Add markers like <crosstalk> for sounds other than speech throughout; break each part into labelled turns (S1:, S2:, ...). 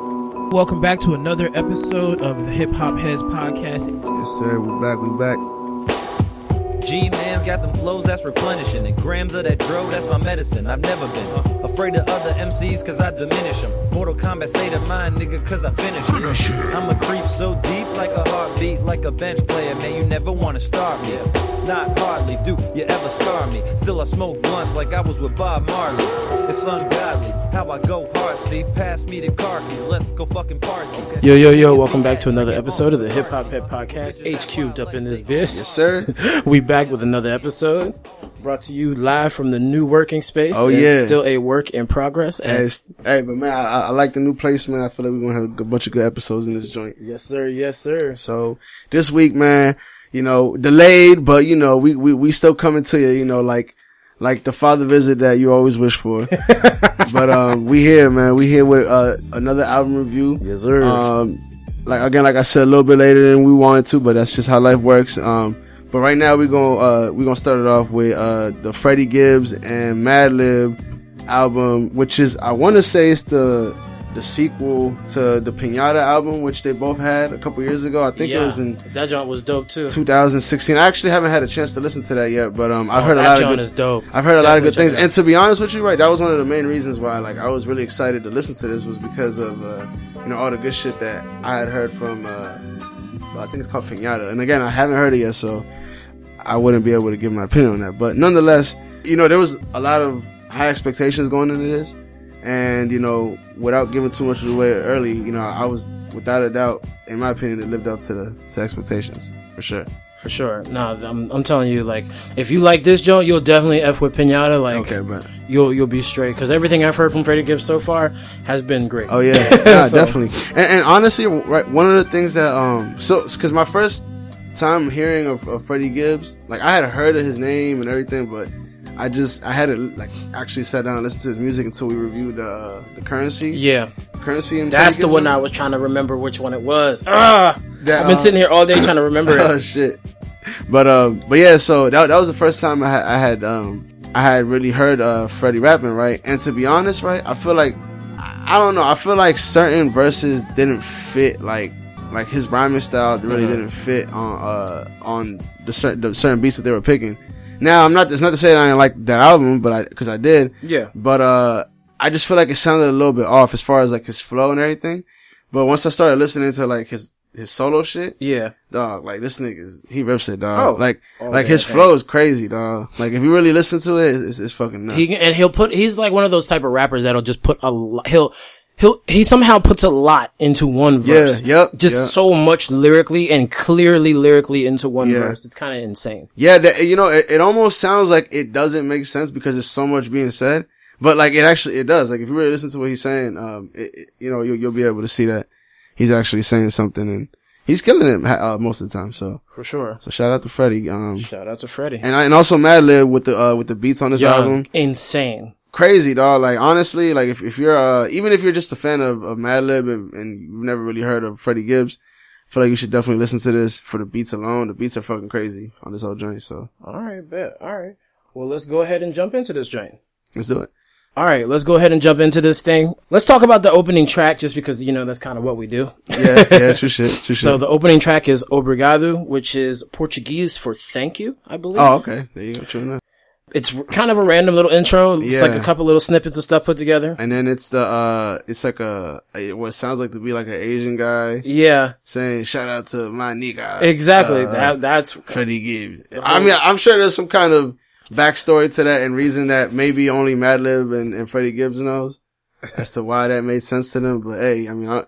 S1: Welcome back to another episode of the Hip Hop Heads Podcast.
S2: Yes, sir. We back. We back.
S3: G man's got them flows that's replenishing. And grams of that dro, that's my medicine. I've never been uh, afraid of other MCs cause I diminish them. Mortal Kombat say to mine, nigga, cause I finish it. I'm a creep so deep, like a heartbeat, like a bench player. Man, you never wanna start me. Not hardly do you ever scar me. Still, I smoke blunts like I was with Bob Marley. It's ungodly how I go hard. See, pass me the car keys. Let's go fucking party.
S1: Yo, yo, yo, welcome back to another episode of the Hip Hop Head Podcast. H cubed up in this bitch.
S2: Yes, sir. <laughs>
S1: We back with another episode brought to you live from the new working space.
S2: Oh,
S1: It's
S2: yeah.
S1: Still a work in progress.
S2: hey,
S1: And
S2: it's- hey, but man, I, I- I like the new placement. I feel like we're gonna have a bunch of good episodes in this joint.
S1: yes, sir. Yes, sir.
S2: So this week, man, you know, delayed, but you know, we we we still coming to you. You know, like like the father visit that you always wish for. but um, we here, man. We here with uh, another album review.
S1: Yes, sir.
S2: Um, like again, like I said, a little bit later than we wanted to, but that's just how life works. Um, but right now we're gonna uh, we're gonna start it off with uh, the Freddie Gibbs and Madlib album, which is I want to say it's the the sequel to the Pinata album, which they both had a couple years ago. I think it was in
S1: that joint was dope too.
S2: 2016. I actually haven't had a chance to listen to that yet, but um, I've heard a
S1: Oh, that
S2: lot of
S1: joint
S2: good.
S1: is dope.
S2: I've heard a lot of
S1: Definitely
S2: good things,
S1: check it out.
S2: and to be honest with you, right, that was one of the main reasons why, like, I was really excited to listen to this was because of, uh, you know, all the good shit that I had heard from, uh, well, I think it's called Pinata, and again, I haven't heard it yet, so I wouldn't be able to give my opinion on that. But nonetheless, you know, there was a lot of high expectations going into this, and you know, without giving too much away early, you know, I was without a doubt, in my opinion, it lived up to the to expectations for sure.
S1: for sure. No, I'm, I'm telling you, like, if you like this joint, you'll definitely f with Pinata. Like,
S2: Okay, but
S1: you'll you'll be straight because everything I've heard from Freddie Gibbs so far has been great. <laughs>
S2: Oh yeah, nah,
S1: So-
S2: definitely. And, and honestly, right, one of the things that um, so because my first time hearing of, of Freddie Gibbs, like I had heard of his name and everything, but I just I hadn't like actually sat down and listened to his music until we reviewed uh, the currency.
S1: yeah.
S2: currency. And
S1: That's
S2: Freddie
S1: the
S2: Gibbs
S1: one
S2: one.
S1: I was trying to remember which one it was. Ah,
S2: That,
S1: I've been
S2: uh,
S1: sitting here all day trying to
S2: <laughs>
S1: remember
S2: oh
S1: it.
S2: shit. But um, but yeah, so that, that was the first time I had, I had um I had really heard uh Freddie rapping right, and to be honest, right, I feel like I I don't know, I feel like certain verses didn't fit like like his rhyming style really
S1: Uh-huh.
S2: didn't fit on uh on the certain the certain beats that they were picking. Now I'm not it's not to say that I didn't like that album, but I because I did,
S1: Yeah.
S2: but uh, I just feel like it sounded a little bit off as far as like his flow and everything. But once I started listening to like his his solo shit,
S1: Yeah.
S2: dog. Like this nigga's he rips it, dog.
S1: Oh.
S2: Like
S1: Oh,
S2: like
S1: yeah,
S2: his
S1: thank
S2: flow is crazy, dog. Like if you really listen to it, it's, it's fucking nuts.
S1: He and he'll put. He's like one of those type of rappers that'll just put a. lo- He'll he'll he somehow puts a lot into one
S2: Yeah,
S1: verse.
S2: yep,
S1: Just
S2: yep.
S1: so much lyrically and clearly lyrically into one
S2: Yeah.
S1: verse. It's kind of insane.
S2: yeah, that, you know, it, it almost sounds like it doesn't make sense because there's so much being said, but like it actually it does. Like if you really listen to what he's saying, um, it, it- you know, you'll you'll be able to see that he's actually saying something and he's killing it ha- uh, most of the time. So
S1: For sure.
S2: so shout out to Freddie. Um,
S1: Shout out to Freddie.
S2: and I, and also Madlib with the uh, with the beats on his
S1: Young,
S2: album.
S1: insane.
S2: crazy dog like honestly like if, if you're uh even if you're just a fan of, of madlib and, and you've never really heard of freddie gibbs I feel like you should definitely listen to this for the beats alone the beats are fucking crazy on this whole joint so
S1: All right, bet. All right. Well, let's go ahead and jump into this joint.
S2: let's do it
S1: All right, let's go ahead and jump into this thing. Let's talk about the opening track just because, you know, that's kind of what we do.
S2: yeah yeah
S1: <laughs>
S2: true shit true shit
S1: So the opening track is Obrigado, which is Portuguese for thank you, I believe.
S2: oh okay there you go true enough
S1: It's r- kind of a random little intro. It's
S2: Yeah.
S1: like a couple little snippets of stuff put together.
S2: and then it's the uh it's like a it, what sounds like to be like an asian guy
S1: Yeah,
S2: saying shout out to my nigga
S1: exactly.
S2: uh,
S1: that, that's
S2: freddie gibbs i mean i'm sure there's some kind of backstory to that and reason that maybe only Madlib and, and Freddie Gibbs knows as to why that made sense to them. But hey, I mean, I,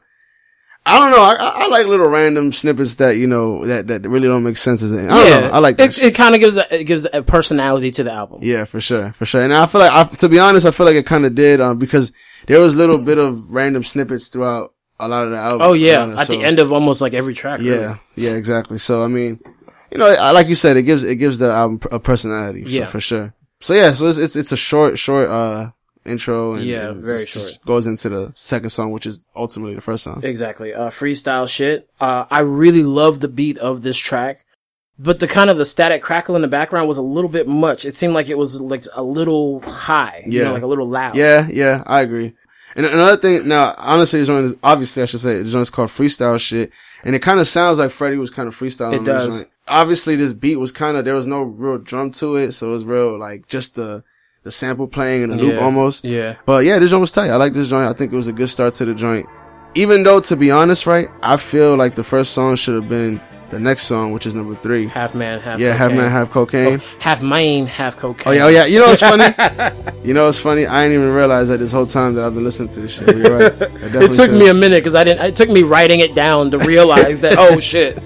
S2: I don't know. I, I- I like little random snippets that you know that that really don't make sense. As I don't
S1: yeah.
S2: know. I like that.
S1: it.
S2: shit.
S1: It kind of gives a, it gives a personality to the album.
S2: yeah, for sure, for sure. And I feel like, I, to be honest, I feel like it kind of did um, because there was little bit of random snippets throughout a lot of the album.
S1: Oh yeah,
S2: Around it,
S1: at
S2: so-
S1: the end of almost like every track. really.
S2: Yeah, yeah, exactly. So I mean, you know, I, like you said, it gives it gives the album pr- a personality.
S1: Yeah.
S2: so, for sure. So yeah, so it's it's, it's a short short uh intro. And,
S1: Yeah,
S2: and
S1: very
S2: just- just Goes into the second song, which is ultimately the first song.
S1: Exactly. Uh, freestyle shit. Uh, I really love the beat of this track, but the kind of the static crackle in the background was a little bit much. It seemed like it was like a little high, you know,
S2: Yeah.
S1: like a little loud.
S2: Yeah, yeah, I agree. And another thing, now honestly, the joint is, obviously I should say the joint's called freestyle shit, and it kind of sounds like Freddie was kind of freestyling.
S1: It
S2: on this
S1: does.
S2: joint. Obviously, this beat was kind of there was no real drum to it, so it was real like just the the sample playing and the loop
S1: Yeah.
S2: almost.
S1: Yeah.
S2: But yeah, this joint was tight. I like this joint. I think it was a good start to the joint. Even though, to be honest, right, I feel like the first song should have been the next song, which is number three.
S1: Half man, half
S2: yeah,
S1: cocaine. Oh,
S2: half man, half cocaine.
S1: half man, half
S2: Oh
S1: cocaine.
S2: yeah, oh yeah. You know what's funny?
S1: <laughs>
S2: you know what's funny? I didn't even realize that this whole time that I've been listening to this shit. You're
S1: <laughs>
S2: right.
S1: It took me a minute because I didn't. It took me writing it down to realize that. Oh shit!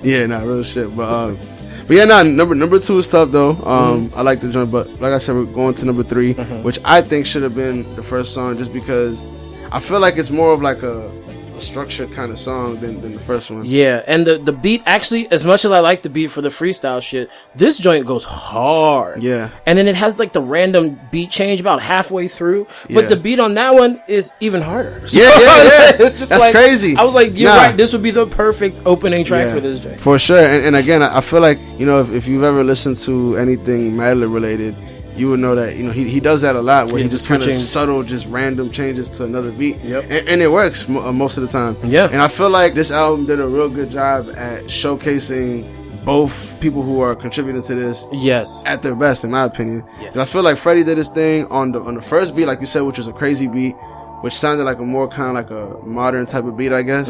S2: yeah, nah, real shit. But um, but yeah, nah. Number number two is tough though. Um,
S1: Mm-hmm.
S2: I like the joint, but like I said, we're going to number 3 which I think should have been the first song, just because I feel like it's more of like a, a structured kind of song than, than the first one.
S1: Yeah, and the the beat actually, as much as I like the beat for the freestyle shit, this joint goes hard.
S2: Yeah.
S1: and then it has like the random beat change about halfway through, but
S2: Yeah.
S1: the beat on that one is even harder. So
S2: Yeah, yeah, yeah.
S1: <laughs> it's just
S2: That's
S1: like-
S2: crazy.
S1: I was like, you're
S2: Nah.
S1: right. This would be the perfect opening track
S2: Yeah,
S1: for this joint.
S2: For sure. And, and again, I I feel like, you know, if, if you've ever listened to anything Madlib related, you would know that, you know, he, he does that a lot where
S1: Yeah,
S2: he
S1: the
S2: just kind of
S1: switching.
S2: subtle, just random changes to another beat.
S1: Yep.
S2: And, and it works mo- uh, most of the time.
S1: Yeah.
S2: And I feel like this album did a real good job at showcasing both people who are contributing to this
S1: Yes.
S2: at their best, in my opinion.
S1: Yes.
S2: 'Cause I feel like Freddie did his thing on the on the first beat, like you said, which was a crazy beat, which sounded like a more kind of like a modern type of beat, I guess.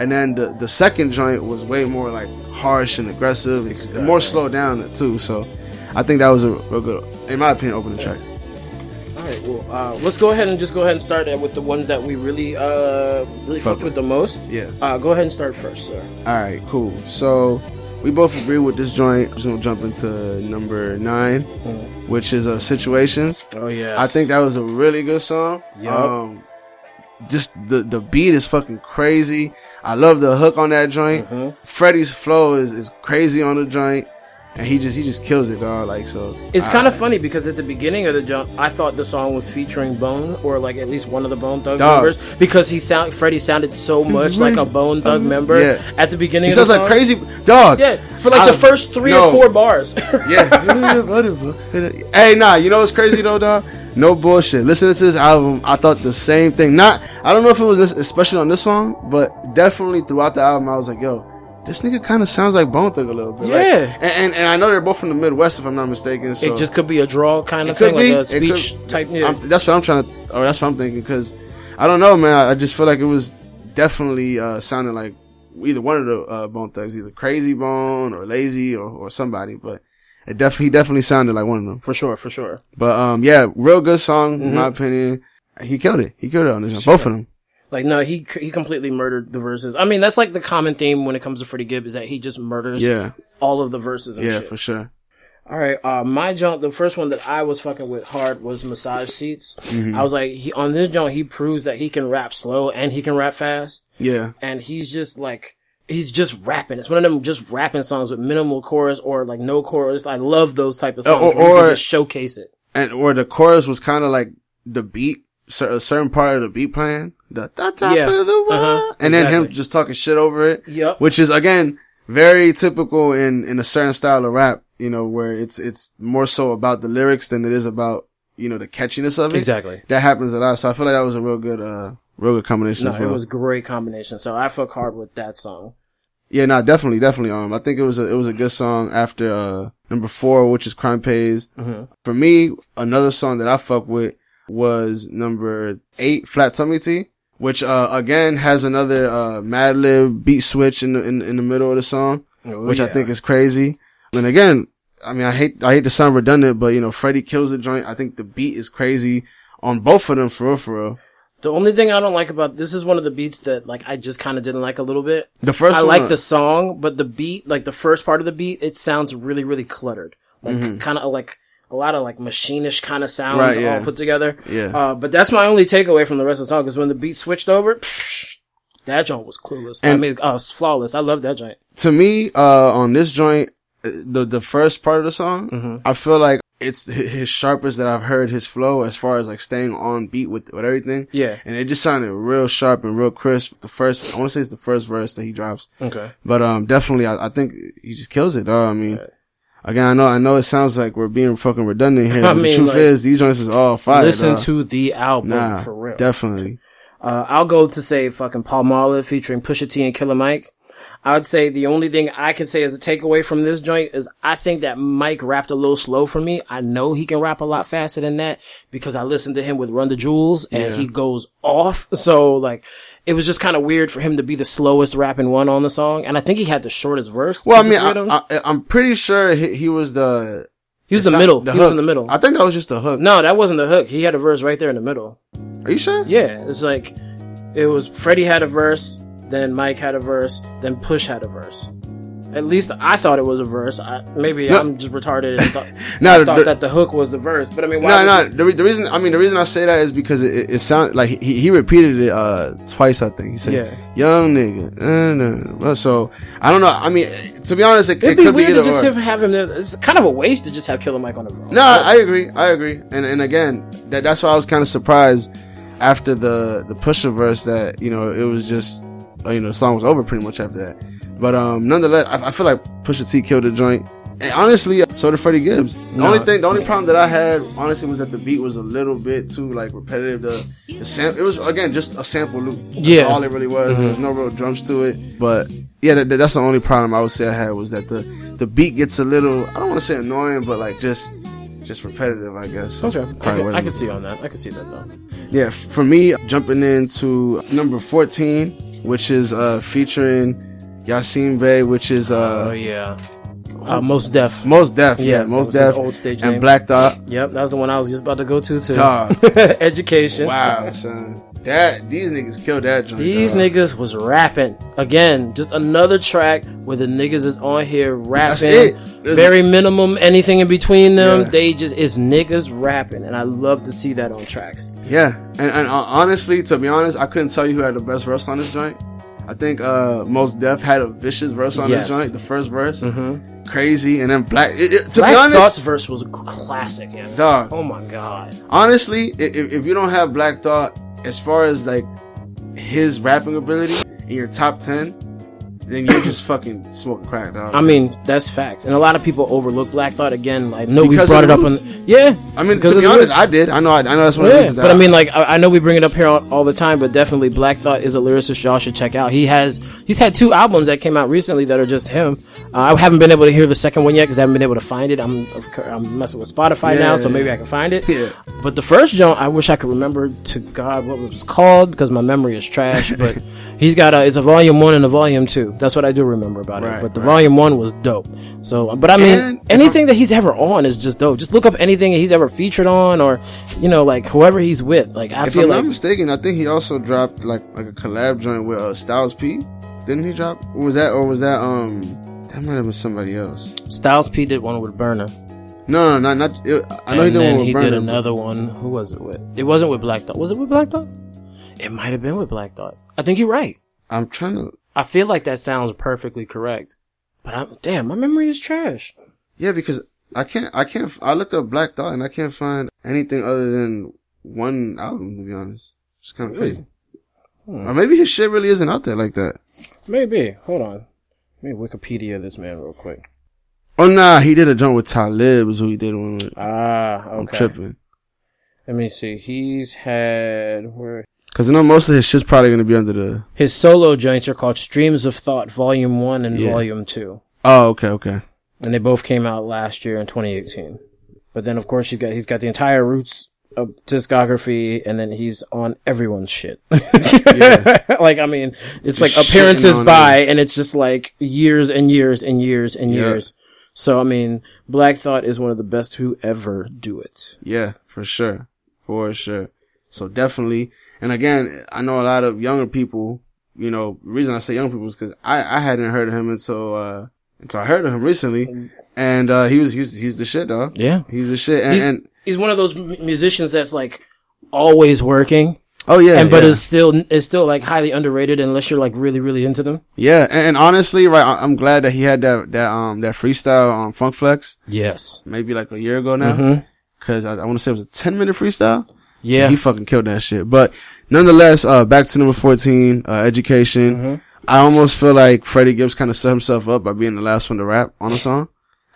S2: And then the the second joint was way more like harsh and aggressive, and s- more slowed down too. So I think that was a real good, in my opinion, opening track.
S1: All right. Well, uh, let's go ahead and just go ahead and start uh, with the ones that we really, uh, really
S2: Fuck
S1: fucked
S2: with.
S1: with the most.
S2: Yeah.
S1: Uh, go ahead and start first, sir.
S2: All right, cool. So we both agree with this joint. I'm just gonna jump into number 9 which is uh, situations.
S1: Oh yeah.
S2: I think that was a really good song.
S1: Yup.
S2: Um, just the the beat is fucking crazy. I love the hook on that joint.
S1: Mm-hmm.
S2: Freddie's flow is, is crazy on the joint, and he just he just kills it, dog. Like so,
S1: It's kind of funny because at the beginning of the jump, I thought the song was featuring Bone or like at least one of the Bone Thug
S2: Dog.
S1: members because he sound Freddie sounded
S2: <laughs>
S1: so much like a Bone Thug member
S2: Um, yeah.
S1: at the beginning.
S2: he
S1: of
S2: sounds
S1: the
S2: like
S1: song.
S2: crazy dog.
S1: Yeah, for like
S2: I-
S1: the first three
S2: no.
S1: or four
S2: <laughs>
S1: bars. <laughs>
S2: Yeah. hey, nah, you know what's crazy though, dog? No bullshit. Listening to this album, I thought the same thing. Not, I don't know if it was this, especially on this song, but definitely throughout the album, I was like, yo, this nigga kind of sounds like Bone Thug a little bit. Like,
S1: Yeah.
S2: and, and and I know they're both from the Midwest, if I'm not mistaken. So
S1: It just could be a draw kind of
S2: It could
S1: thing,
S2: be.
S1: like a
S2: It could-
S1: speech type. Yeah.
S2: I'm, that's what I'm trying to, or that's what I'm thinking, because I don't know, man. I, I just feel like it was definitely uh, sounding like either one of the uh, Bone Thugs, either Crazy Bone or Lazy or, or somebody, but it def- he definitely sounded like one of them.
S1: for sure, for sure.
S2: But um, yeah, real good song in
S1: Mm-hmm.
S2: my opinion. He killed it. He killed it on this one. Both of them.
S1: Like no, he c- he completely murdered the verses. I mean, that's like the common theme when it comes to Freddie Gibb is that he just murders
S2: Yeah,
S1: all of the verses. And
S2: yeah,
S1: shit.
S2: for sure.
S1: All right, uh, my junk. The first one that I was fucking with hard was massage seats.
S2: Mm-hmm.
S1: I was like, he, on this junk, he proves that he can rap slow and he can rap fast,
S2: Yeah,
S1: and he's just like, he's just rapping. It's one of them just rapping songs with minimal chorus or like no chorus. I love those type of songs.
S2: or-
S1: where you can
S2: Oh, or-
S1: just showcase it.
S2: and or the chorus was kind of like the beat, cer- a certain part of the beat playing. The, the top
S1: Yeah.
S2: of the world,
S1: Uh-huh.
S2: and then him
S1: Exactly.
S2: just talking shit over it.
S1: Yup.
S2: which is again very typical in in a certain style of rap. You know, where it's it's more so about the lyrics than it is about you know the catchiness of it.
S1: Exactly.
S2: That happens a lot. So I feel like that was a real good uh real good combination.
S1: No,
S2: as well.
S1: it was great combination. So I fuck hard with that song.
S2: Yeah, no, definitely, definitely. Um, I think it was a it was a good song after uh number four, which is Crime Pays.
S1: Mm-hmm.
S2: For me, another song that I fuck with was number eight, Flat Tummy Tea, which uh again has another uh Madlib beat switch in the in, in the middle of the song, which I
S1: Oh, yeah.
S2: think is crazy. And again, I mean, I hate I hate to sound redundant, but you know, Freddie kills the joint. I think the beat is crazy on both of them for real, for real.
S1: The only thing I don't like about this is one of the beats that like I just kind of didn't like a little bit.
S2: The first
S1: I
S2: one-
S1: like the song, but the beat, like the first part of the beat, it sounds really really cluttered, like kind of like a lot of like machinish kind of sounds
S2: Mm-hmm. Right, yeah.
S1: all put together.
S2: Yeah.
S1: Uh, but that's my only takeaway from the rest of the song because when the beat switched over, psh, that joint was clueless. I
S2: And-
S1: mean, uh, it's flawless. I love that joint.
S2: to me, uh, on this joint, uh, the the first part of the song,
S1: Mm-hmm.
S2: I feel like it's hi- his sharpest that I've heard his flow as far as like staying on beat with with everything.
S1: Yeah.
S2: and it just sounded real sharp and real crisp. The first, I want to say it's the first verse that he drops,
S1: Okay.
S2: but um, definitely, I, I think he just kills it. Dog. I mean, Again, I know, I know it sounds like we're being fucking redundant
S1: <laughs>
S2: here. but
S1: I
S2: the
S1: mean,
S2: truth
S1: like,
S2: is, these joints is all fire.
S1: Listen
S2: dawg.
S1: to the album
S2: nah,
S1: for real.
S2: definitely.
S1: Uh, I'll go to say fucking Paul Mallet featuring Pusha T and Killer Mike. I'd say the only thing I can say as a takeaway from this joint is I think that Mike rapped a little slow for me. I know he can rap a lot faster than that because I listened to him with Run the Jewels and he goes off. So like, it was just kind of weird for him to be the slowest rapping one on the song. And I think he had the shortest verse.
S2: Well, I
S1: of the
S2: mean,
S1: three of them.
S2: I, I, I'm pretty sure he, he was the
S1: he was the
S2: not-
S1: middle. he was
S2: hook.
S1: in the middle.
S2: I think that was just the hook.
S1: no, that wasn't the hook. He had a verse right there in the middle.
S2: Are you sure?
S1: Yeah, it's like it was Freddie had a verse, then Mike had a verse, then Push had a verse. At least I thought it was a verse. I, maybe
S2: No.
S1: I'm just retarded
S2: <laughs>
S1: and thought,
S2: No,
S1: I thought
S2: the-
S1: that the hook was the verse. But I mean,
S2: No,
S1: why?
S2: no.
S1: would
S2: The, re- the reason I mean the reason I say that is because it, it, it sound like he, he repeated it uh twice. I think he said,
S1: Yeah.
S2: "Young nigga." Uh, no. Well, So I don't know. I mean, to be honest, it,
S1: you-
S2: it
S1: It'd be
S2: could
S1: weird
S2: be either
S1: to just
S2: or.
S1: have, have him. There. It's kind of a waste to just have Killer Mike on the verse.
S2: No, I agree. I agree. And and again, that that's why I was kind of surprised after the the pusher verse that you know it was just uh, you know the song was over pretty much after that. But um, nonetheless, I, I feel like Pusha T killed the joint. And honestly, uh, so did Freddie Gibbs. The only thing, the only problem that I had, honestly, was that the beat was a little bit too like repetitive. The, the sam- it was again just a sample loop. That's
S1: Yeah. Mm-hmm.
S2: all it really was. There was no real drums to it. But yeah, that, that- that's the only problem I would say I had was that the the beat gets a little. I don't want to say annoying, but like just just repetitive, I guess. That's
S1: Okay, I
S2: probably
S1: could,
S2: what
S1: I
S2: it
S1: could
S2: is.
S1: see on that. I could see that though.
S2: Yeah, f- for me, jumping into number fourteen, which is uh featuring Yasin Bey, which is
S1: Oh
S2: uh
S1: yeah, uh, most deaf.
S2: most deaf, yeah,
S1: Yeah,
S2: most
S1: that was his
S2: deaf,
S1: old stage
S2: and
S1: name.
S2: Black Thought.
S1: <laughs> Yep, that's the one I was just about to go to too.
S2: Dog.
S1: <laughs>
S2: <laughs>
S1: Education.
S2: Wow, son, that these niggas killed that joint.
S1: These
S2: dog.
S1: niggas was rapping again. Just another track where the niggas is on here
S2: That's
S1: rapping.
S2: it. There's-
S1: Very minimum, anything in between them.
S2: Yeah.
S1: They just is niggas rapping, and I love to see that on tracks.
S2: Yeah, and, and uh, honestly, to be honest, I couldn't tell you who had the best verse on this joint. I think uh most Def had a vicious verse on
S1: Yes. Mm-hmm.
S2: this joint, the first verse, crazy, and then Black. It, it- to
S1: Black
S2: be honest,
S1: Thought's verse was a classic. Man.
S2: Dog.
S1: Oh my god.
S2: honestly, i- if, if you don't have Black Thought, as far as like his rapping ability in your top ten, then you're
S1: <coughs>
S2: just fucking smoking crack, dog.
S1: I mean, that's facts, and a lot of people overlook Black Thought again. I know
S2: Because
S1: we brought
S2: of
S1: it
S2: the
S1: up on.
S2: roots.
S1: Yeah.
S2: I mean,
S1: because
S2: to
S1: of
S2: be
S1: the
S2: honest,
S1: roots.
S2: I did. I know. I, I know that's one of the
S1: Yeah,
S2: reasons.
S1: but I mean, like, I, I know we bring it up here all, all the time, but definitely Black Thought is a lyricist y'all should check out. He has, he's had two albums that came out recently that are just him. Uh, I haven't been able to hear the second one yet because I haven't been able to find it. I'm, of cour- I'm messing with Spotify now, so
S2: Yeah.
S1: maybe I can find it.
S2: <laughs> Yeah.
S1: But the first joint, I wish I could remember to God what it was called because my memory is trash,
S2: <laughs>
S1: but he's got a, it's a volume one and a volume two. That's what I do remember about it.
S2: Right,
S1: But the
S2: right.
S1: volume one was dope. So, but I mean,
S2: And-
S1: anything that he's ever on is just dope. Just look up anything he's ever featured on, or you know, like whoever he's with. Like I
S2: if
S1: feel
S2: I'm
S1: like
S2: not mistaken, I think he also dropped like like a collab joint with uh, Styles P. Didn't he drop? Was that or was that um? That might have been somebody else.
S1: Styles P did one with Burner,
S2: No, no, not. not it, I know he
S1: and
S2: did
S1: then
S2: one with
S1: he
S2: Brandon.
S1: did another one. Who was it with? It wasn't with Black Thought. Was it with Black Thought? It might have been with Black Thought. I think you're right.
S2: I'm trying to.
S1: I feel like that sounds perfectly correct. But I'm damn, my memory is trash.
S2: Yeah, because I can't. I can't. I looked up Black Thought and I can't find anything other than one album. To be honest, it's kind of crazy. Or maybe his shit really isn't out there like that.
S1: Maybe. Hold on. Let me Wikipedia this man real quick.
S2: Oh nah, he did a joint with Talib. Is who he did one with.
S1: Ah,
S2: I'm
S1: okay.
S2: tripping.
S1: Let me see. He's had where
S2: Cause I know most of his shit's probably gonna be under the.
S1: His solo joints are called Streams of Thought Volume 1 and
S2: Yeah.
S1: Volume 2.
S2: Oh okay okay.
S1: And they both came out last year in 2018. But then of course you got he's got the entire Roots of discography and then he's on everyone's shit. <laughs> like I mean, it's like
S2: Just
S1: appearances
S2: shitting on
S1: by and it's just like years and years and years and
S2: Yeah.
S1: years. So I mean, Black Thought is one of the best who ever do it.
S2: Yeah, for sure. For sure. So definitely. And again, I know a lot of younger people, you know, the reason I say young people is cause I, I hadn't heard of him until, uh, until I heard of him recently. And, uh, he was, he's, he's the shit, dog.
S1: Yeah.
S2: He's the shit. And,
S1: He's,
S2: and
S1: he's one of those mu- musicians that's like always working.
S2: oh yeah.
S1: and but
S2: yeah.
S1: it's still it's still like highly underrated unless you're like really really into them.
S2: yeah. And, and honestly, right, I, I'm glad that he had that, that, um, that freestyle on Funk Flex
S1: Yes.
S2: maybe like a year ago now.
S1: Mm-hmm.
S2: Cause I, I want to say it was a 10 minute freestyle.
S1: Yeah.
S2: he fucking killed that shit. But nonetheless, uh, back to number 14, uh,
S1: Mm-hmm.
S2: education. I almost feel like Freddie Gibbs kind of set himself up by being the last one to rap on a song.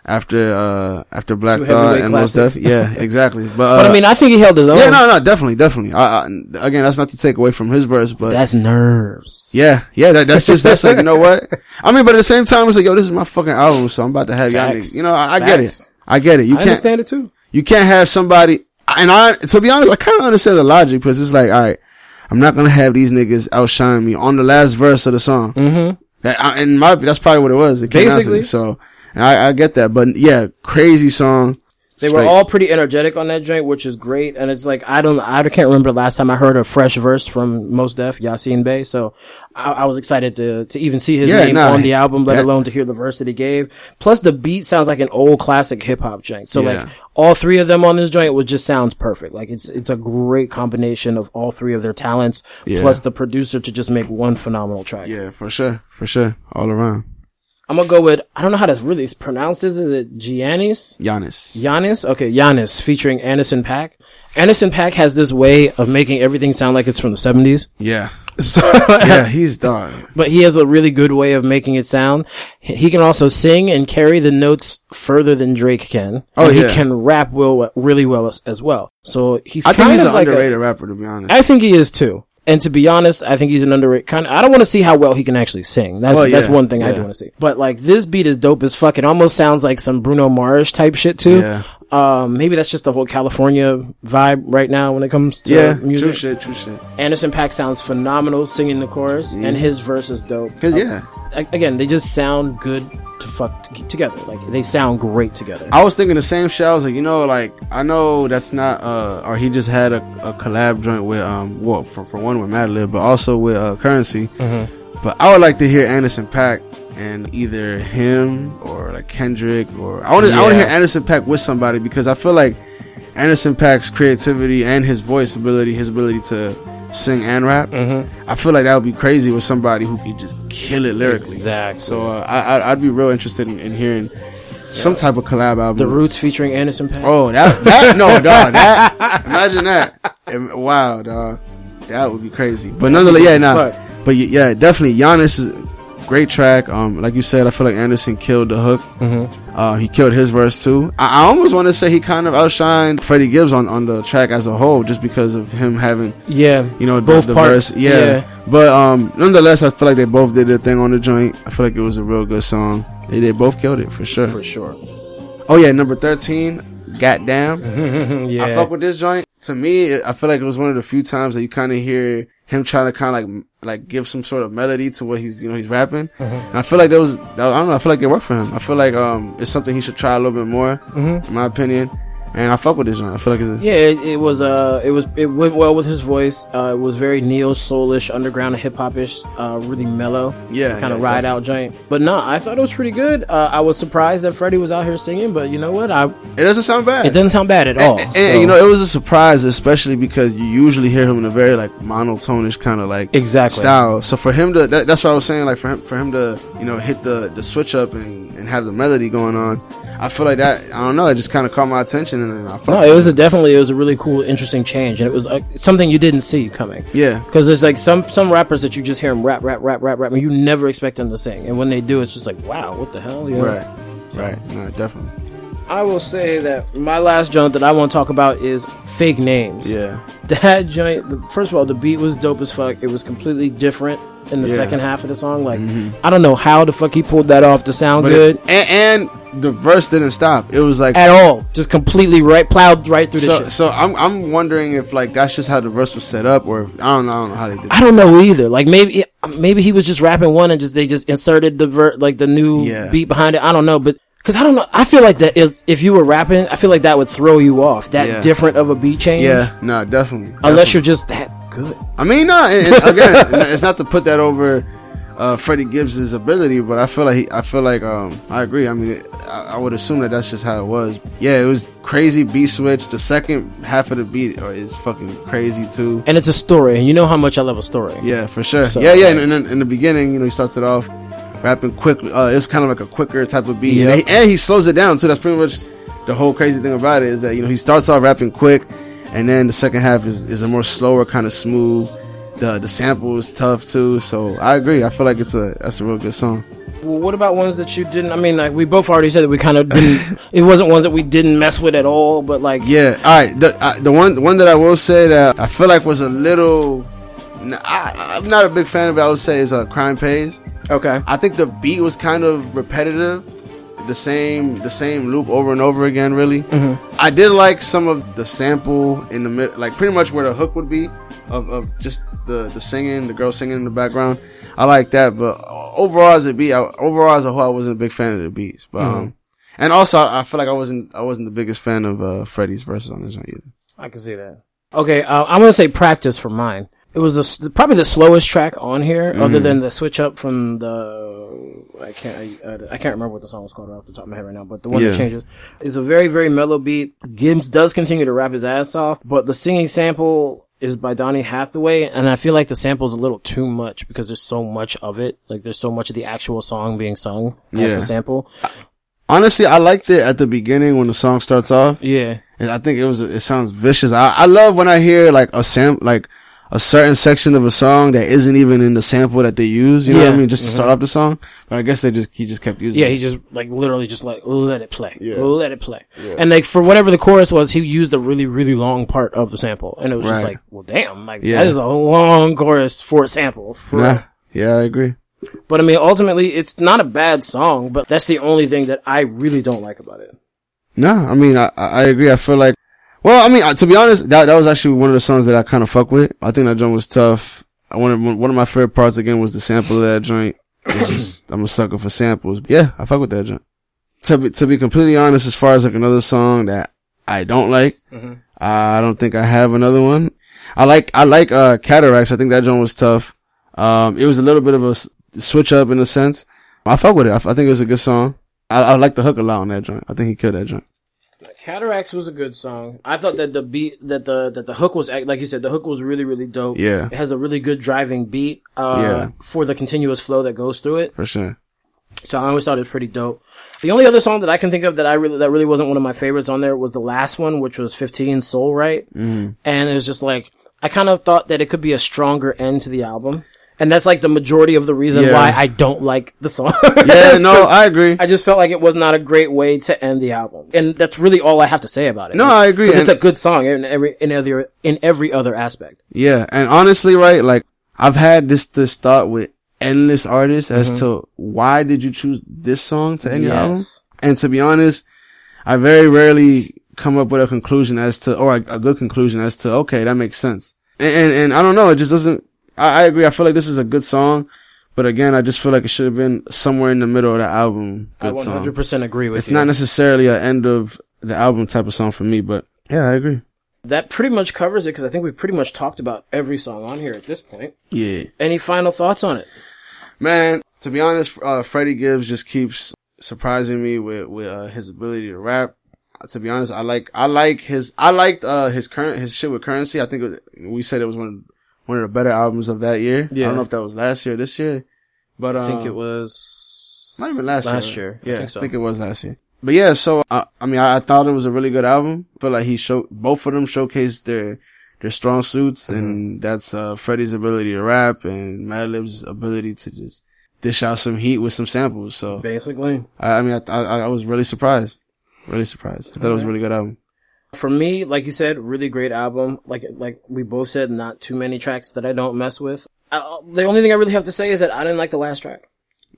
S2: after uh after Black
S1: Two
S2: Thought
S1: heavyweight
S2: and Most Death.
S1: classics.
S2: Yeah,
S1: <laughs>
S2: exactly. But,
S1: But
S2: uh,
S1: I mean, oh. I think he held his own.
S2: yeah, no, no, definitely, definitely. I, I, again, that's not to take away from his verse, but
S1: That's nerves.
S2: yeah, yeah, that, that's just that's like you know
S1: <laughs>
S2: what I mean. But at the same time, it's like yo, this is my fucking album, so I'm about to have y'all.
S1: Facts.
S2: Niggas. You know, I, I get it.
S1: Facts.
S2: I get it. You
S1: I
S2: can't.
S1: understand it too.
S2: You can't have somebody. And I, to be honest, I kind of understand the logic because it's like, all right, I'm not gonna have these niggas outshine me on the last verse of the song.
S1: Mm-hmm.
S2: That, I, in my, that's probably what it was. It came down to
S1: Basically.
S2: me, so and I, I get that, but yeah, crazy song.
S1: They were
S2: Straight.
S1: all pretty energetic on that joint, which is great. And it's like I don't, I can't remember the last time I heard a fresh verse from Most Def, Yasin Bey. So I, I was excited to to even see his
S2: Yeah,
S1: name
S2: nah,
S1: on the album, let
S2: that-
S1: alone to hear the verse that he gave. Plus, the beat sounds like an old classic hip hop joint. So
S2: Yeah.
S1: like all three of them on this joint was just sounds perfect. Like it's it's a great combination of all three of their talents
S2: Yeah.
S1: plus the producer to just make one phenomenal track.
S2: Yeah, for sure, for sure, all around.
S1: I'm gonna go with I don't know how to really pronounce this. Is it Giannis?
S2: Giannis.
S1: Giannis, okay, Giannis featuring Anderson Pack. Anderson Pack has this way of making everything sound like it's from the 70s, <laughs>
S2: Yeah, yeah, he's done.
S1: but he has a really good way of making it sound. He he can also sing and carry the notes further than Drake can.
S2: Oh,
S1: and
S2: yeah.
S1: he can rap well, really well as, as well. So he's
S2: I think
S1: kind
S2: he's
S1: of
S2: an
S1: like a-
S2: underrated rapper, to be honest.
S1: I think he is too. And to be honest, I think he's an underrated kind. Of, I don't want to see how well he can actually sing. That's
S2: Oh, yeah,
S1: that's one thing I
S2: yeah.
S1: do want to see. But like this beat is dope as fuck. It almost sounds like some Bruno Mars type shit too.
S2: Yeah.
S1: Um, maybe that's just the whole California vibe right now when it comes to
S2: yeah, true
S1: music.
S2: shit, true shit. 'Cause,
S1: Anderson Pack sounds phenomenal singing the chorus, and his verse is dope.
S2: yeah,
S1: A- again, they just sound good to fuck t- together. Like they sound great together.
S2: I was thinking the same shit. I was like, you know, like I know that's not, uh, or he just had a, a collab joint with, um, well, for, for one with Madlib, but also with uh, Currency.
S1: Mm-hmm.
S2: But I would like to hear Anderson Pack and either him or like Kendrick or I want to I want to
S1: Yeah.
S2: hear Anderson Pack with somebody because I feel like Anderson Pack's creativity and his voice ability, his ability to sing and rap,
S1: Mm-hmm.
S2: I feel like that would be crazy with somebody who could just kill it lyrically.
S1: Exactly.
S2: So uh, I, I'd- I'd be real interested in, in hearing some type of collab album.
S1: the Roots featuring Anderson Pack.
S2: Oh, that, that no, dog.
S1: <laughs>
S2: That, imagine that. Im- Wow, dog. That would be crazy. But nonetheless, yeah, nah.
S1: Fuck.
S2: But y- yeah, definitely Giannis is a great track. Um, like you said, I feel like Anderson killed the hook. Mm-hmm. Uh, he killed his verse too. I, I almost want to say he kind of outshined Freddie Gibbs on on the track as a whole, just because of him having
S1: Yeah,
S2: you know
S1: Both
S2: the, the
S1: parts,
S2: verse. Yeah.
S1: yeah.
S2: But um, nonetheless, I feel like they both did their thing on the joint. I feel like it was a real good song. They, they both killed it for sure.
S1: for sure.
S2: Oh yeah, number thirteen. Goddamn.
S1: yeah,
S2: I fuck with this joint. To me, it- I feel like it was one of the few times that you kind of hear him trying to kind of like m- like give some sort of melody to what he's you know he's rapping.
S1: Mm-hmm.
S2: And I feel like that was I don't know. I feel like it worked for him. I feel like um it's something he should try a little bit more, in my opinion. And I fuck with this joint. I feel like it's a,
S1: Mm-hmm. Yeah, it, it was uh, it was it went well with his voice. Uh, it was very neo soulish, underground hip hop ish, uh, really mellow.
S2: Yeah,
S1: kind of
S2: yeah,
S1: ride out joint. But nah, I thought it was pretty good. Uh, I was surprised that Freddie was out here singing, but you know what? I
S2: it doesn't sound bad.
S1: it doesn't sound bad at all.
S2: And,
S1: Oh, so-
S2: and, you know, it was a surprise, especially because you usually hear him in a very like monotonish kind of like
S1: Exactly.
S2: style. So for him to that, that's what I was saying, like for him for him to you know hit the the switch up and, and have the melody going on, I feel like that I don't know, it just kind of caught my attention and I
S1: no,
S2: felt
S1: it was a, definitely it was a really cool, interesting change, and it was uh, something you didn't see coming.
S2: yeah.
S1: Because there's like some some rappers that you just hear them rap, rap, rap, rap, rap, and you never expect them to sing. And when they do, it's just like, wow, what the hell? You know?
S2: Right, right, no, definitely,
S1: I will say that my last joint that I want to talk about is fake names.
S2: yeah,
S1: that joint the- first of all the beat was dope as fuck it was completely different in the
S2: Yeah. Mm-hmm.
S1: second half of the song like i don't know how the fuck he pulled that off to sound
S2: but
S1: good
S2: it, and, and the verse didn't stop. It was like
S1: at all just completely right plowed right through the
S2: so.
S1: shit
S2: So I'm I'm wondering if like that's just how the verse was set up, or if, I don't know, I don't know how they did. it.
S1: i don't know either like maybe maybe he was just rapping one and just they just inserted the ver- like the new
S2: Yeah.
S1: beat behind it i don't know but because i don't know i feel like that is if you were rapping i feel like that would throw you off that
S2: Yeah.
S1: different of a beat change
S2: Yeah, no, definitely.
S1: unless you're just that good
S2: I mean, no. And, and again, n- it's not to put that over uh, Freddie Gibbs's ability, but I feel like he, I feel like um, I agree. I mean, I, I would assume that that's just how it was. Yeah, it was crazy beat switch. The second half of the beat uh, is fucking crazy too.
S1: and it's a story and you know how much i love a story
S2: Yeah, for sure.
S1: So-
S2: yeah, yeah. And, and then in the beginning, you know, he starts it off rapping quick. Uh, it's kind of like a quicker type of beat,
S1: Yep.
S2: and, he, and he slows it down too. That's pretty much the whole crazy thing about it is that you know he starts off rapping quick, and then the second half is, is a more slower kind of smooth. The the sample is tough too. So I agree. I feel like it's a that's a real good song.
S1: Well, what about ones that you didn't? I mean, like we both already said that we kind of didn't. it wasn't ones that we didn't mess with at all. But like,
S2: Yeah. All right. The, I, the one the one that I will say that I feel like was a little. n- I, am not a big fan of. it, I would say is uh, crime pays.
S1: okay,
S2: I think the beat was kind of repetitive, the same the same loop over and over again. Really, I did like some of the sample in the mid, like pretty much where the hook would be of, of just the the singing, the girl singing in the background. I like that, but overall as a beat, I, overall as a whole, I wasn't a big fan of the beats. But um, and also I, I feel like I wasn't I wasn't the biggest fan of uh, Freddie's verses on this one either.
S1: I can see that. Okay, uh, I'm gonna say practice for mine. It was the, s- probably the slowest track on here,
S2: Mm.
S1: other than the switch up from the I can't I, uh, I can't remember what the song was called right off the top of my head right now, but the one
S2: Yeah.
S1: that changes is a very very mellow beat. Gibbs does continue to rap his ass off, but the singing sample is by Donny Hathaway, and I feel like the sample's a little too much because there's so much of it. Like there's so much of the actual song being sung as
S2: Yeah.
S1: the sample.
S2: Honestly, I liked it at the beginning when the song starts off.
S1: Yeah,
S2: And I think it was it sounds vicious. I, I love when I hear like a sam like a certain section of a song that isn't even in the sample that they use. You know what I
S1: Yeah. Mm-hmm.
S2: mean? Just to start off the song. But I guess they just he just kept using.
S1: Yeah,
S2: it.
S1: he just like literally just like let it play,
S2: Yeah.
S1: let it play, and like for whatever the chorus was, he used a really really long part of the sample, and it was just
S2: Right.
S1: like, well, damn, like
S2: Yeah.
S1: that is a long chorus for a sample. For
S2: yeah, yeah, I agree.
S1: But I mean, ultimately, it's not a bad song, but that's the only thing that I really don't like about it.
S2: No, I mean I I I agree. I feel like well, I mean uh, to be honest, that that was actually one of the songs that I kind of fuck with. I think that joint was tough. I wanted one of my favorite parts again was the sample of that joint. It's just I'm a sucker for samples. Yeah, I fuck with that joint. To be to be completely honest, as far as like another song that I don't like, I don't think I have another one. I like I like uh cataracts. I think that joint was tough. Um, it was a little bit of a s- switch up in a sense. I fuck with it. I, f- I think it was a good song. I, I like the hook a lot on that joint. I think he killed that joint.
S1: Cataracts was a good song. I thought that the beat that the that the hook was act- like you said the hook was really really dope.
S2: Yeah.
S1: it has a really good driving beat. Uh,
S2: Yeah.
S1: for the continuous flow that goes through it.
S2: For
S1: <laughs>
S2: sure.
S1: So I always thought it was pretty dope. The only other song that I can think of that I really that really wasn't one of my favorites on there was the last one, which was 15 Soul Right,
S2: Mm-hmm.
S1: mm. and it was just like I kind of thought that it could be a stronger end to the album, and that's like the majority of the reason
S2: Yeah.
S1: why I don't like the song. <laughs>
S2: Yeah,
S1: It's
S2: no,
S1: 'cause
S2: I agree.
S1: I just felt like it was not a great way to end the album, and that's really all I have to say about it.
S2: No, I agree,
S1: 'Cause It's a
S2: and-
S1: good song in every in other in every other aspect.
S2: Yeah, and honestly, right, like I've had this this thought with endless artists as to why did you choose this song to end your album?
S1: Mm-hmm. Yes.
S2: And to be honest, I very rarely come up with a conclusion as to or a, a good conclusion as to okay, that makes sense. And and, and I don't know, it just doesn't. I, I agree. I feel like this is a good song, but again, I just feel like it should have been somewhere in the middle of the album.
S1: I
S2: Good song.
S1: 100% agree with
S2: It's
S1: you.
S2: not necessarily an end of the album type of song for me, but yeah, I agree.
S1: that pretty much covers it because I think we've pretty much talked about every song on here at this point.
S2: Yeah.
S1: Any final thoughts on it?
S2: Man, to be honest, uh, Freddie Gibbs just keeps surprising me with with uh, his ability to rap. Uh, To be honest, I like I like his I liked uh his current his shit with currency. I think it was- we said it was one of, one of the better albums of that year. I
S1: Yeah.
S2: don't know if that was last year, or this year, but um,
S1: I think it was
S2: not even last,
S1: last
S2: year. Yeah,
S1: year. I think so.
S2: it was last year. But yeah, so I, I mean, I, I thought it was a really good album. Feel like he showed both of them showcased their their strong suits,
S1: Mm-hmm.
S2: and that's uh Freddie's ability to rap and Madlib's ability to just dish out some heat with some samples. So
S1: Basically,
S2: I, I mean, I, I I was really surprised, really surprised. I thought it was a really good
S1: <laughs>
S2: album.
S1: for me, like you said, really great album. Like like we both said, not too many tracks that I don't mess with. I, the only thing I really have to say is that I didn't like the last track.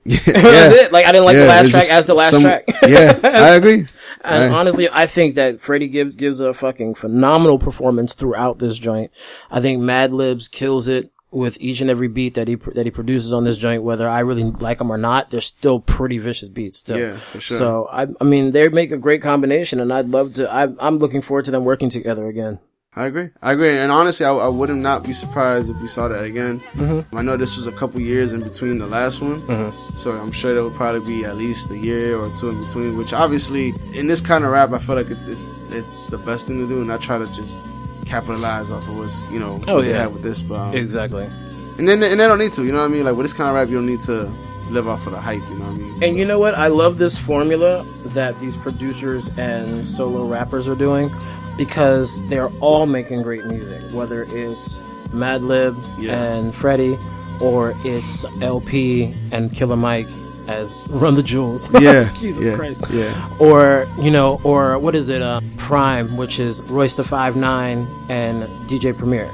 S2: yeah,
S1: That's it. Like I didn't like
S2: Yeah,
S1: the last
S2: it's
S1: track
S2: just
S1: as the last
S2: some-
S1: track.
S2: <laughs>
S1: <laughs>
S2: yeah, I agree.
S1: And
S2: Right.
S1: honestly, I think that Freddie Gibbs gives a fucking phenomenal performance throughout this joint. I think Mad Libs kills it with each and every beat that he pr- that he produces on this joint. Whether I really like them or not, they're still pretty vicious beats. Still,
S2: Yeah, for sure.
S1: So I, I mean, they make a great combination, and I'd love to. I, I'm looking forward to them working together again.
S2: I agree. I agree. And honestly, I, I would not be surprised if we saw that again.
S1: Mm-hmm.
S2: I know this was a couple years in between the last one, so I'm sure there will probably be at least a year or two in between. Which obviously, in this kind of rap, I feel like it's it's it's the best thing to do, and I try to just capitalize off of what's you know
S1: Oh,
S2: what they
S1: yeah.
S2: have with this. But um,
S1: Exactly.
S2: and then and they don't need to, you know what I mean? Like with this kind of rap, you don't need to live off of the hype, you know what I mean?
S1: And you know what? I love this formula that these producers and solo rappers are doing because they're all making great music, whether it's Madlib
S2: Yeah.
S1: and Freddie or it's LP and Killer Mike as Run the Jewels.
S2: Yeah.
S1: Jesus
S2: yeah,
S1: Christ.
S2: Yeah.
S1: <laughs> Or you know, or what is it? Uh, Prime, which is Royce the Five Nine and DJ Premier.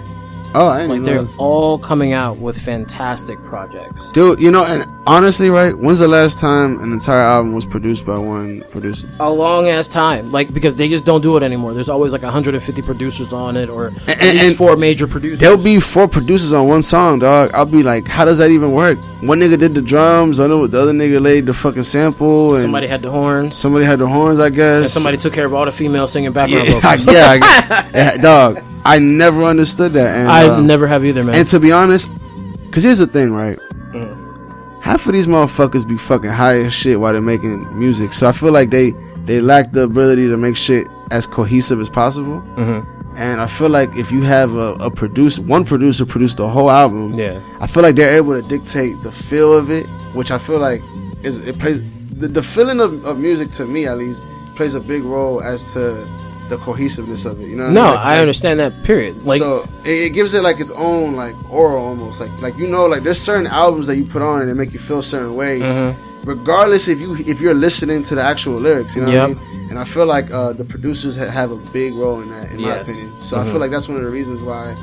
S2: Oh, I didn't
S1: Like
S2: know
S1: they're
S2: this.
S1: all coming out with fantastic projects.
S2: Dude, you know, and honestly, right? When's the last time an entire album was produced by one producer?
S1: A long ass time, like because they just don't do it anymore. There's always like 150 producers on it, or at
S2: and-
S1: least
S2: and-
S1: four major producers.
S2: There'll be four producers on one song, dog. I'll be like, how does that even work? One nigga did the drums, other the other nigga laid the fucking sample, and somebody,
S1: somebody had the horns,
S2: had the horns, I guess.
S1: and somebody took care of all the female singing
S2: yeah,
S1: background
S2: I, <laughs>
S1: vocals.
S2: yeah, I
S1: <laughs>
S2: guess. Yeah, dog. I never understood that, and
S1: I
S2: uh,
S1: never have either, man.
S2: and to be honest, cause here's the thing, right?
S1: Mm-hmm.
S2: Half of these motherfuckers be fucking high as shit while they're making music, so I feel like they they lack the ability to make shit as cohesive as possible.
S1: Mm-hmm.
S2: And I feel like if you have a, a produce one producer produce the whole album,
S1: Yeah.
S2: I feel like they're able to dictate the feel of it, which I feel like is it plays the, the feeling of, of music to me at least plays a big role as to the cohesiveness of it. You know? what
S1: no,
S2: mean? Like-
S1: I
S2: like-
S1: understand that. Period. Like,
S2: so it, it gives it like its own like aura almost like like you know like there's certain albums that you put on and they make you feel a certain way
S1: Mm-hmm.
S2: regardless if you if you're listening to the actual lyrics you know
S1: Yep.
S2: what I mean and I feel like uh, the producers ha- have a big role in that in
S1: Yes. Mm-hmm.
S2: my opinion so I feel like that's one of the reasons why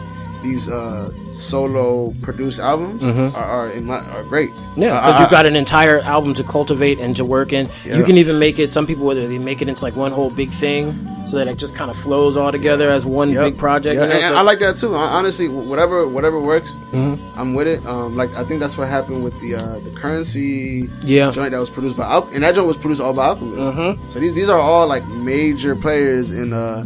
S2: these uh, solo produced albums are, are in my are great
S1: Mm-hmm. yeah,
S2: Uh,
S1: because
S2: I-
S1: you've got an entire album to cultivate and to work in.
S2: Yeah.
S1: You can even make it. Some people whether they make it into like one whole big thing, so that it just kind of flows all together as one
S2: Yep.
S1: big project.
S2: Yeah,
S1: you know,
S2: and
S1: so-
S2: I like that too. Hon- Honestly, wh- whatever whatever works,
S1: Mm-hmm.
S2: I'm with it. Um, like I think that's what happened with the uh, the currency
S1: Yeah. Mm-hmm.
S2: joint that was produced by Al- and that joint was produced all by Alchemist. So these these are all like major players in uh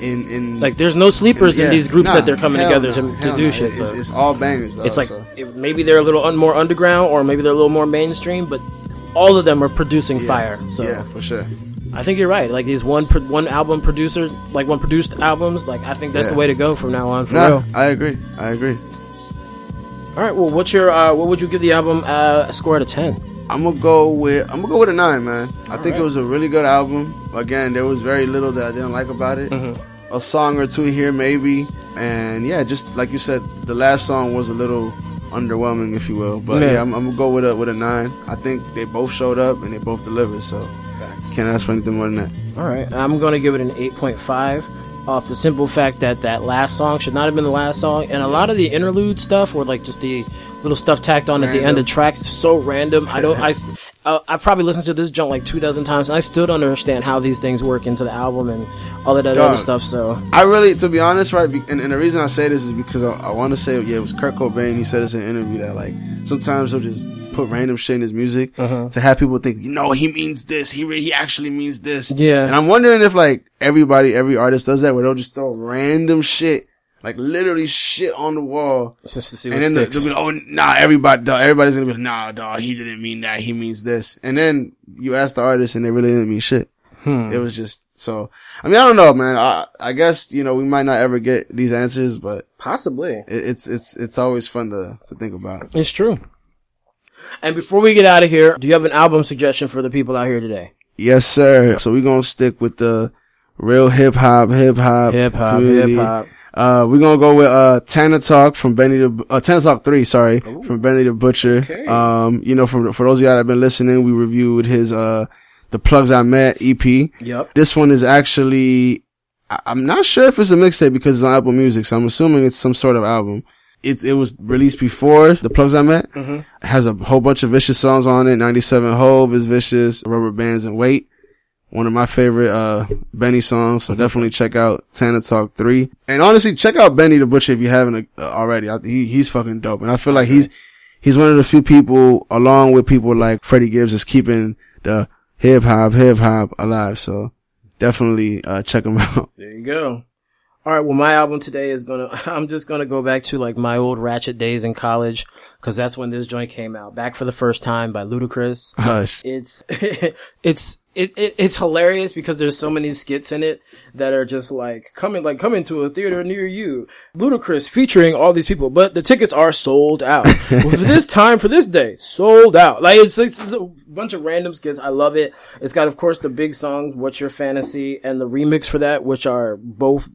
S2: in in
S1: Like, there's no sleepers
S2: yeah,
S1: in these groups
S2: nah,
S1: that they're coming
S2: hell
S1: together
S2: nah,
S1: to, to
S2: hell
S1: do
S2: nah.
S1: shit.
S2: It's,
S1: so.
S2: it's all bangers. Though,
S1: It's like
S2: Oh, so.
S1: it, maybe they're a little un, more underground, or maybe they're a little more mainstream, but all of them are producing fire. So
S2: yeah, for sure.
S1: I think you're right. Like these one pro- one album producer, like one produced albums, like I think that's
S2: Yeah.
S1: the way to go from now on. For
S2: No,
S1: real.
S2: I agree. I agree.
S1: All right. Well, what's your uh, what would you give the album uh, a score out of ten?
S2: I'm gonna go with I'm gonna go with a nine, man. I think
S1: right.
S2: it was a really good album. Again, there was very little that I didn't like about it. A song or two here, maybe, and yeah, just like you said, the last song was a little underwhelming, if you will. But
S1: Yeah.
S2: yeah, I'm, I'm gonna go with a with a nine. I think they both showed up and they both delivered, so can't ask for anything more than that.
S1: All right. I'm gonna give it an eight point five. Off the simple fact that that last song should not have been the last song, and a lot of the interlude stuff, or like just the little stuff tacked on at the end
S2: Random.
S1: of tracks, is so random. I don't. I st- uh, I probably listened to this junk like two dozen times, and I still don't understand how these things work into the album and all that other
S2: Dog.
S1: stuff. So
S2: I really, to be honest, right, be- and, and the reason I say this is because I, I want to say, yeah, it was Kurt Cobain. He said this in an interview that like sometimes he'll just put random shit in his music to have people think, you know, he means this. He re- he actually means this.
S1: Yeah.
S2: And I'm wondering if like everybody, every artist does that, where they'll just throw random shit, like literally shit on the wall.
S1: just to see
S2: And then they'll they'll be like, oh, nah, everybody, dawg, everybody's gonna be like, nah, dog, he didn't mean that. He means this. And then you ask the artist and they really didn't mean shit.
S1: Hmm.
S2: It was just, so, I mean, I don't know, man. I, I guess, you know, we might not ever get these answers, but
S1: possibly.
S2: it, it's, it's, it's always fun to, to think about.
S1: It's true. And before we get out of here, do you have an album suggestion for the people out here today?
S2: Yes, sir. So we gonna stick with the real hip hop, hip hop,
S1: Hip hop,
S2: community.
S1: hip hop.
S2: Uh, we're gonna go with uh Tana Talk from Benny the uh, Tana Talk three, sorry, from Benny the Butcher. Um, you know, for for those of y'all that have been listening, we reviewed his uh the plugs I met EP.
S1: Yep.
S2: This one is actually I- I'm not sure if it's a mixtape because it's on Apple Music, so I'm assuming it's some sort of album. It's it was released before the plugs I met.
S1: Mm-hmm.
S2: It has a whole bunch of vicious songs on it. 97 Hove is vicious, Rubber Bands and Weight. One of my favorite uh Benny songs, so definitely check out Tana Talk Three. And honestly, check out Benny the Butcher if you haven't uh, already. I, he he's fucking dope, and I feel like he's he's one of the few people, along with people like Freddie Gibbs, is keeping the hip hop hip hop alive. So definitely uh check him <laughs> out.
S1: There you go. All right. Well, my album today is gonna. <laughs> I'm just gonna go back to like my old ratchet days in college, because that's when this joint came out. Back for the first time by Ludacris.
S2: Hush.
S1: It's <laughs> it's it, it it's hilarious because there's so many skits in it that are just like coming like coming to a theater near you. Ludacris featuring all these people, but the tickets are sold out for this time for this day. Sold out. Like it's, it's, it's a bunch of random skits. I love it. It's got of course the big songs "What's Your Fantasy" and the remix for that, which are both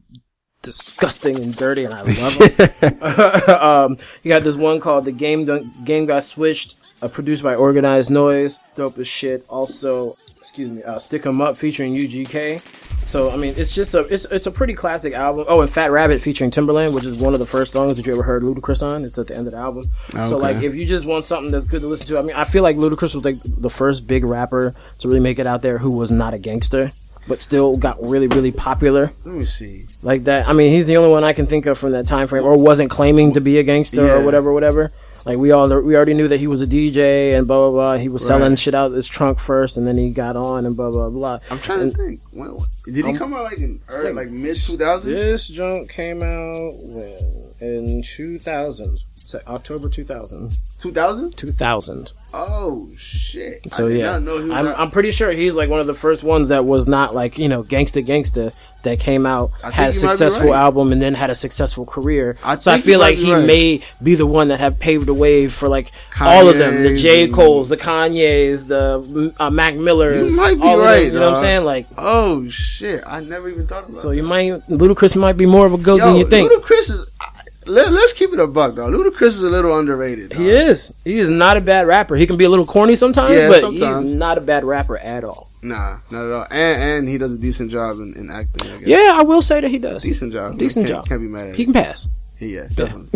S1: disgusting and dirty, <laughs> and I love them. um, you got this one called "The Game Done, Game Got Switched." uh, produced by Organized Noise. Dope as shit. Also, excuse me, uh, Stick 'Em Up featuring UGK. So I mean, it's just a it's it's a pretty classic album. Oh, and Fat Rabbit featuring Timberland, which is one of the first songs that you ever heard Ludacris on. It's at the end of the album. So like, if you just want something that's good to listen to, I mean, I feel like Ludacris was like the first big rapper to really make it out there who was not a gangster. But still got really, really popular
S2: Let me see.
S1: like that. I mean, he's the only one I can think of from that time frame, or wasn't claiming to be a gangster
S2: Yeah.
S1: or whatever, whatever. Like we all we already knew that he was a DJ and blah blah blah. He was selling
S2: Right.
S1: shit out of his trunk first, and then he got on and blah blah blah.
S2: I'm trying to think. When, did he
S1: Um,
S2: come out like in early,
S1: like
S2: like mid 2000s?
S1: This junk came out when in two thousand. October 2000.
S2: 2000?
S1: 2000.
S2: Oh shit!
S1: So
S2: I did
S1: yeah,
S2: not know he was
S1: I'm,
S2: out-
S1: I'm pretty sure he's like one of the first ones that was not like you know gangsta gangsta that came out
S2: I
S1: had a
S2: think you might be
S1: successful
S2: right.
S1: album and then had a successful career.
S2: I
S1: so I
S2: think
S1: feel
S2: you might
S1: like
S2: be
S1: he
S2: right.
S1: may be the one that have paved the way for like all of them, the
S2: Kanye's
S1: J
S2: and-
S1: Cole's, the Kanye's, the uh, Mac Millers.
S2: You might be
S1: all of them,
S2: right,
S1: you know what I'm
S2: dog.
S1: saying? Like,
S2: oh shit! I never even thought about.
S1: so you might Ludacris might be more of a goat
S2: Yo,
S1: than you think.
S2: Ludacris is. I- Let, let's keep it a buck, though. Ludacris is a little underrated. dog.
S1: He is. He is not a bad rapper. He can be a little corny sometimes,
S2: Yeah,
S1: but
S2: sometimes.
S1: he's not a bad rapper at all.
S2: Nah, not at all. And and he does a decent job in, in acting. I guess.
S1: Yeah, I will say that he does.
S2: decent job.
S1: Decent
S2: Can't-
S1: job.
S2: Can't be mad at
S1: He
S2: him.
S1: can pass.
S2: Yeah, definitely.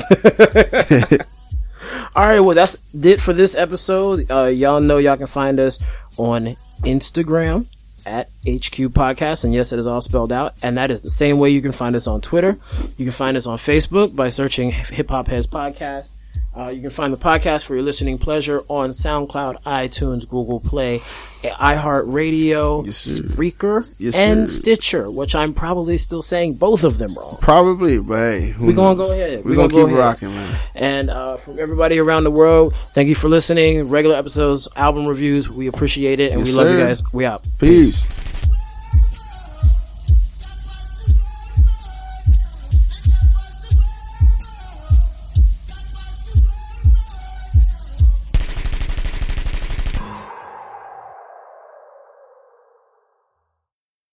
S1: All right, well, that's it for this episode. Uh, y'all know y'all can find us on Instagram at HQ Podcast, and yes, it is all spelled out. And that is the same way you can find us on Twitter. You can find us on Facebook by searching Hip Hop Heads Podcast. Uh, you can find the podcast for your listening pleasure on SoundCloud, iTunes, Google Play, iHeartRadio,
S2: Yes, sir.
S1: Spreaker,
S2: Yes,
S1: and
S2: sir.
S1: Stitcher, which I'm probably still saying both of them wrong.
S2: Probably, but hey,
S1: We gonna go ahead.
S2: We're
S1: We
S2: gonna,
S1: gonna go
S2: keep
S1: ahead.
S2: rocking, man.
S1: And uh, from everybody around the world, thank you for listening. Regular episodes, album reviews, we appreciate it, and
S2: Yes,
S1: we love you
S2: sir.
S1: guys. We out.
S2: Peace.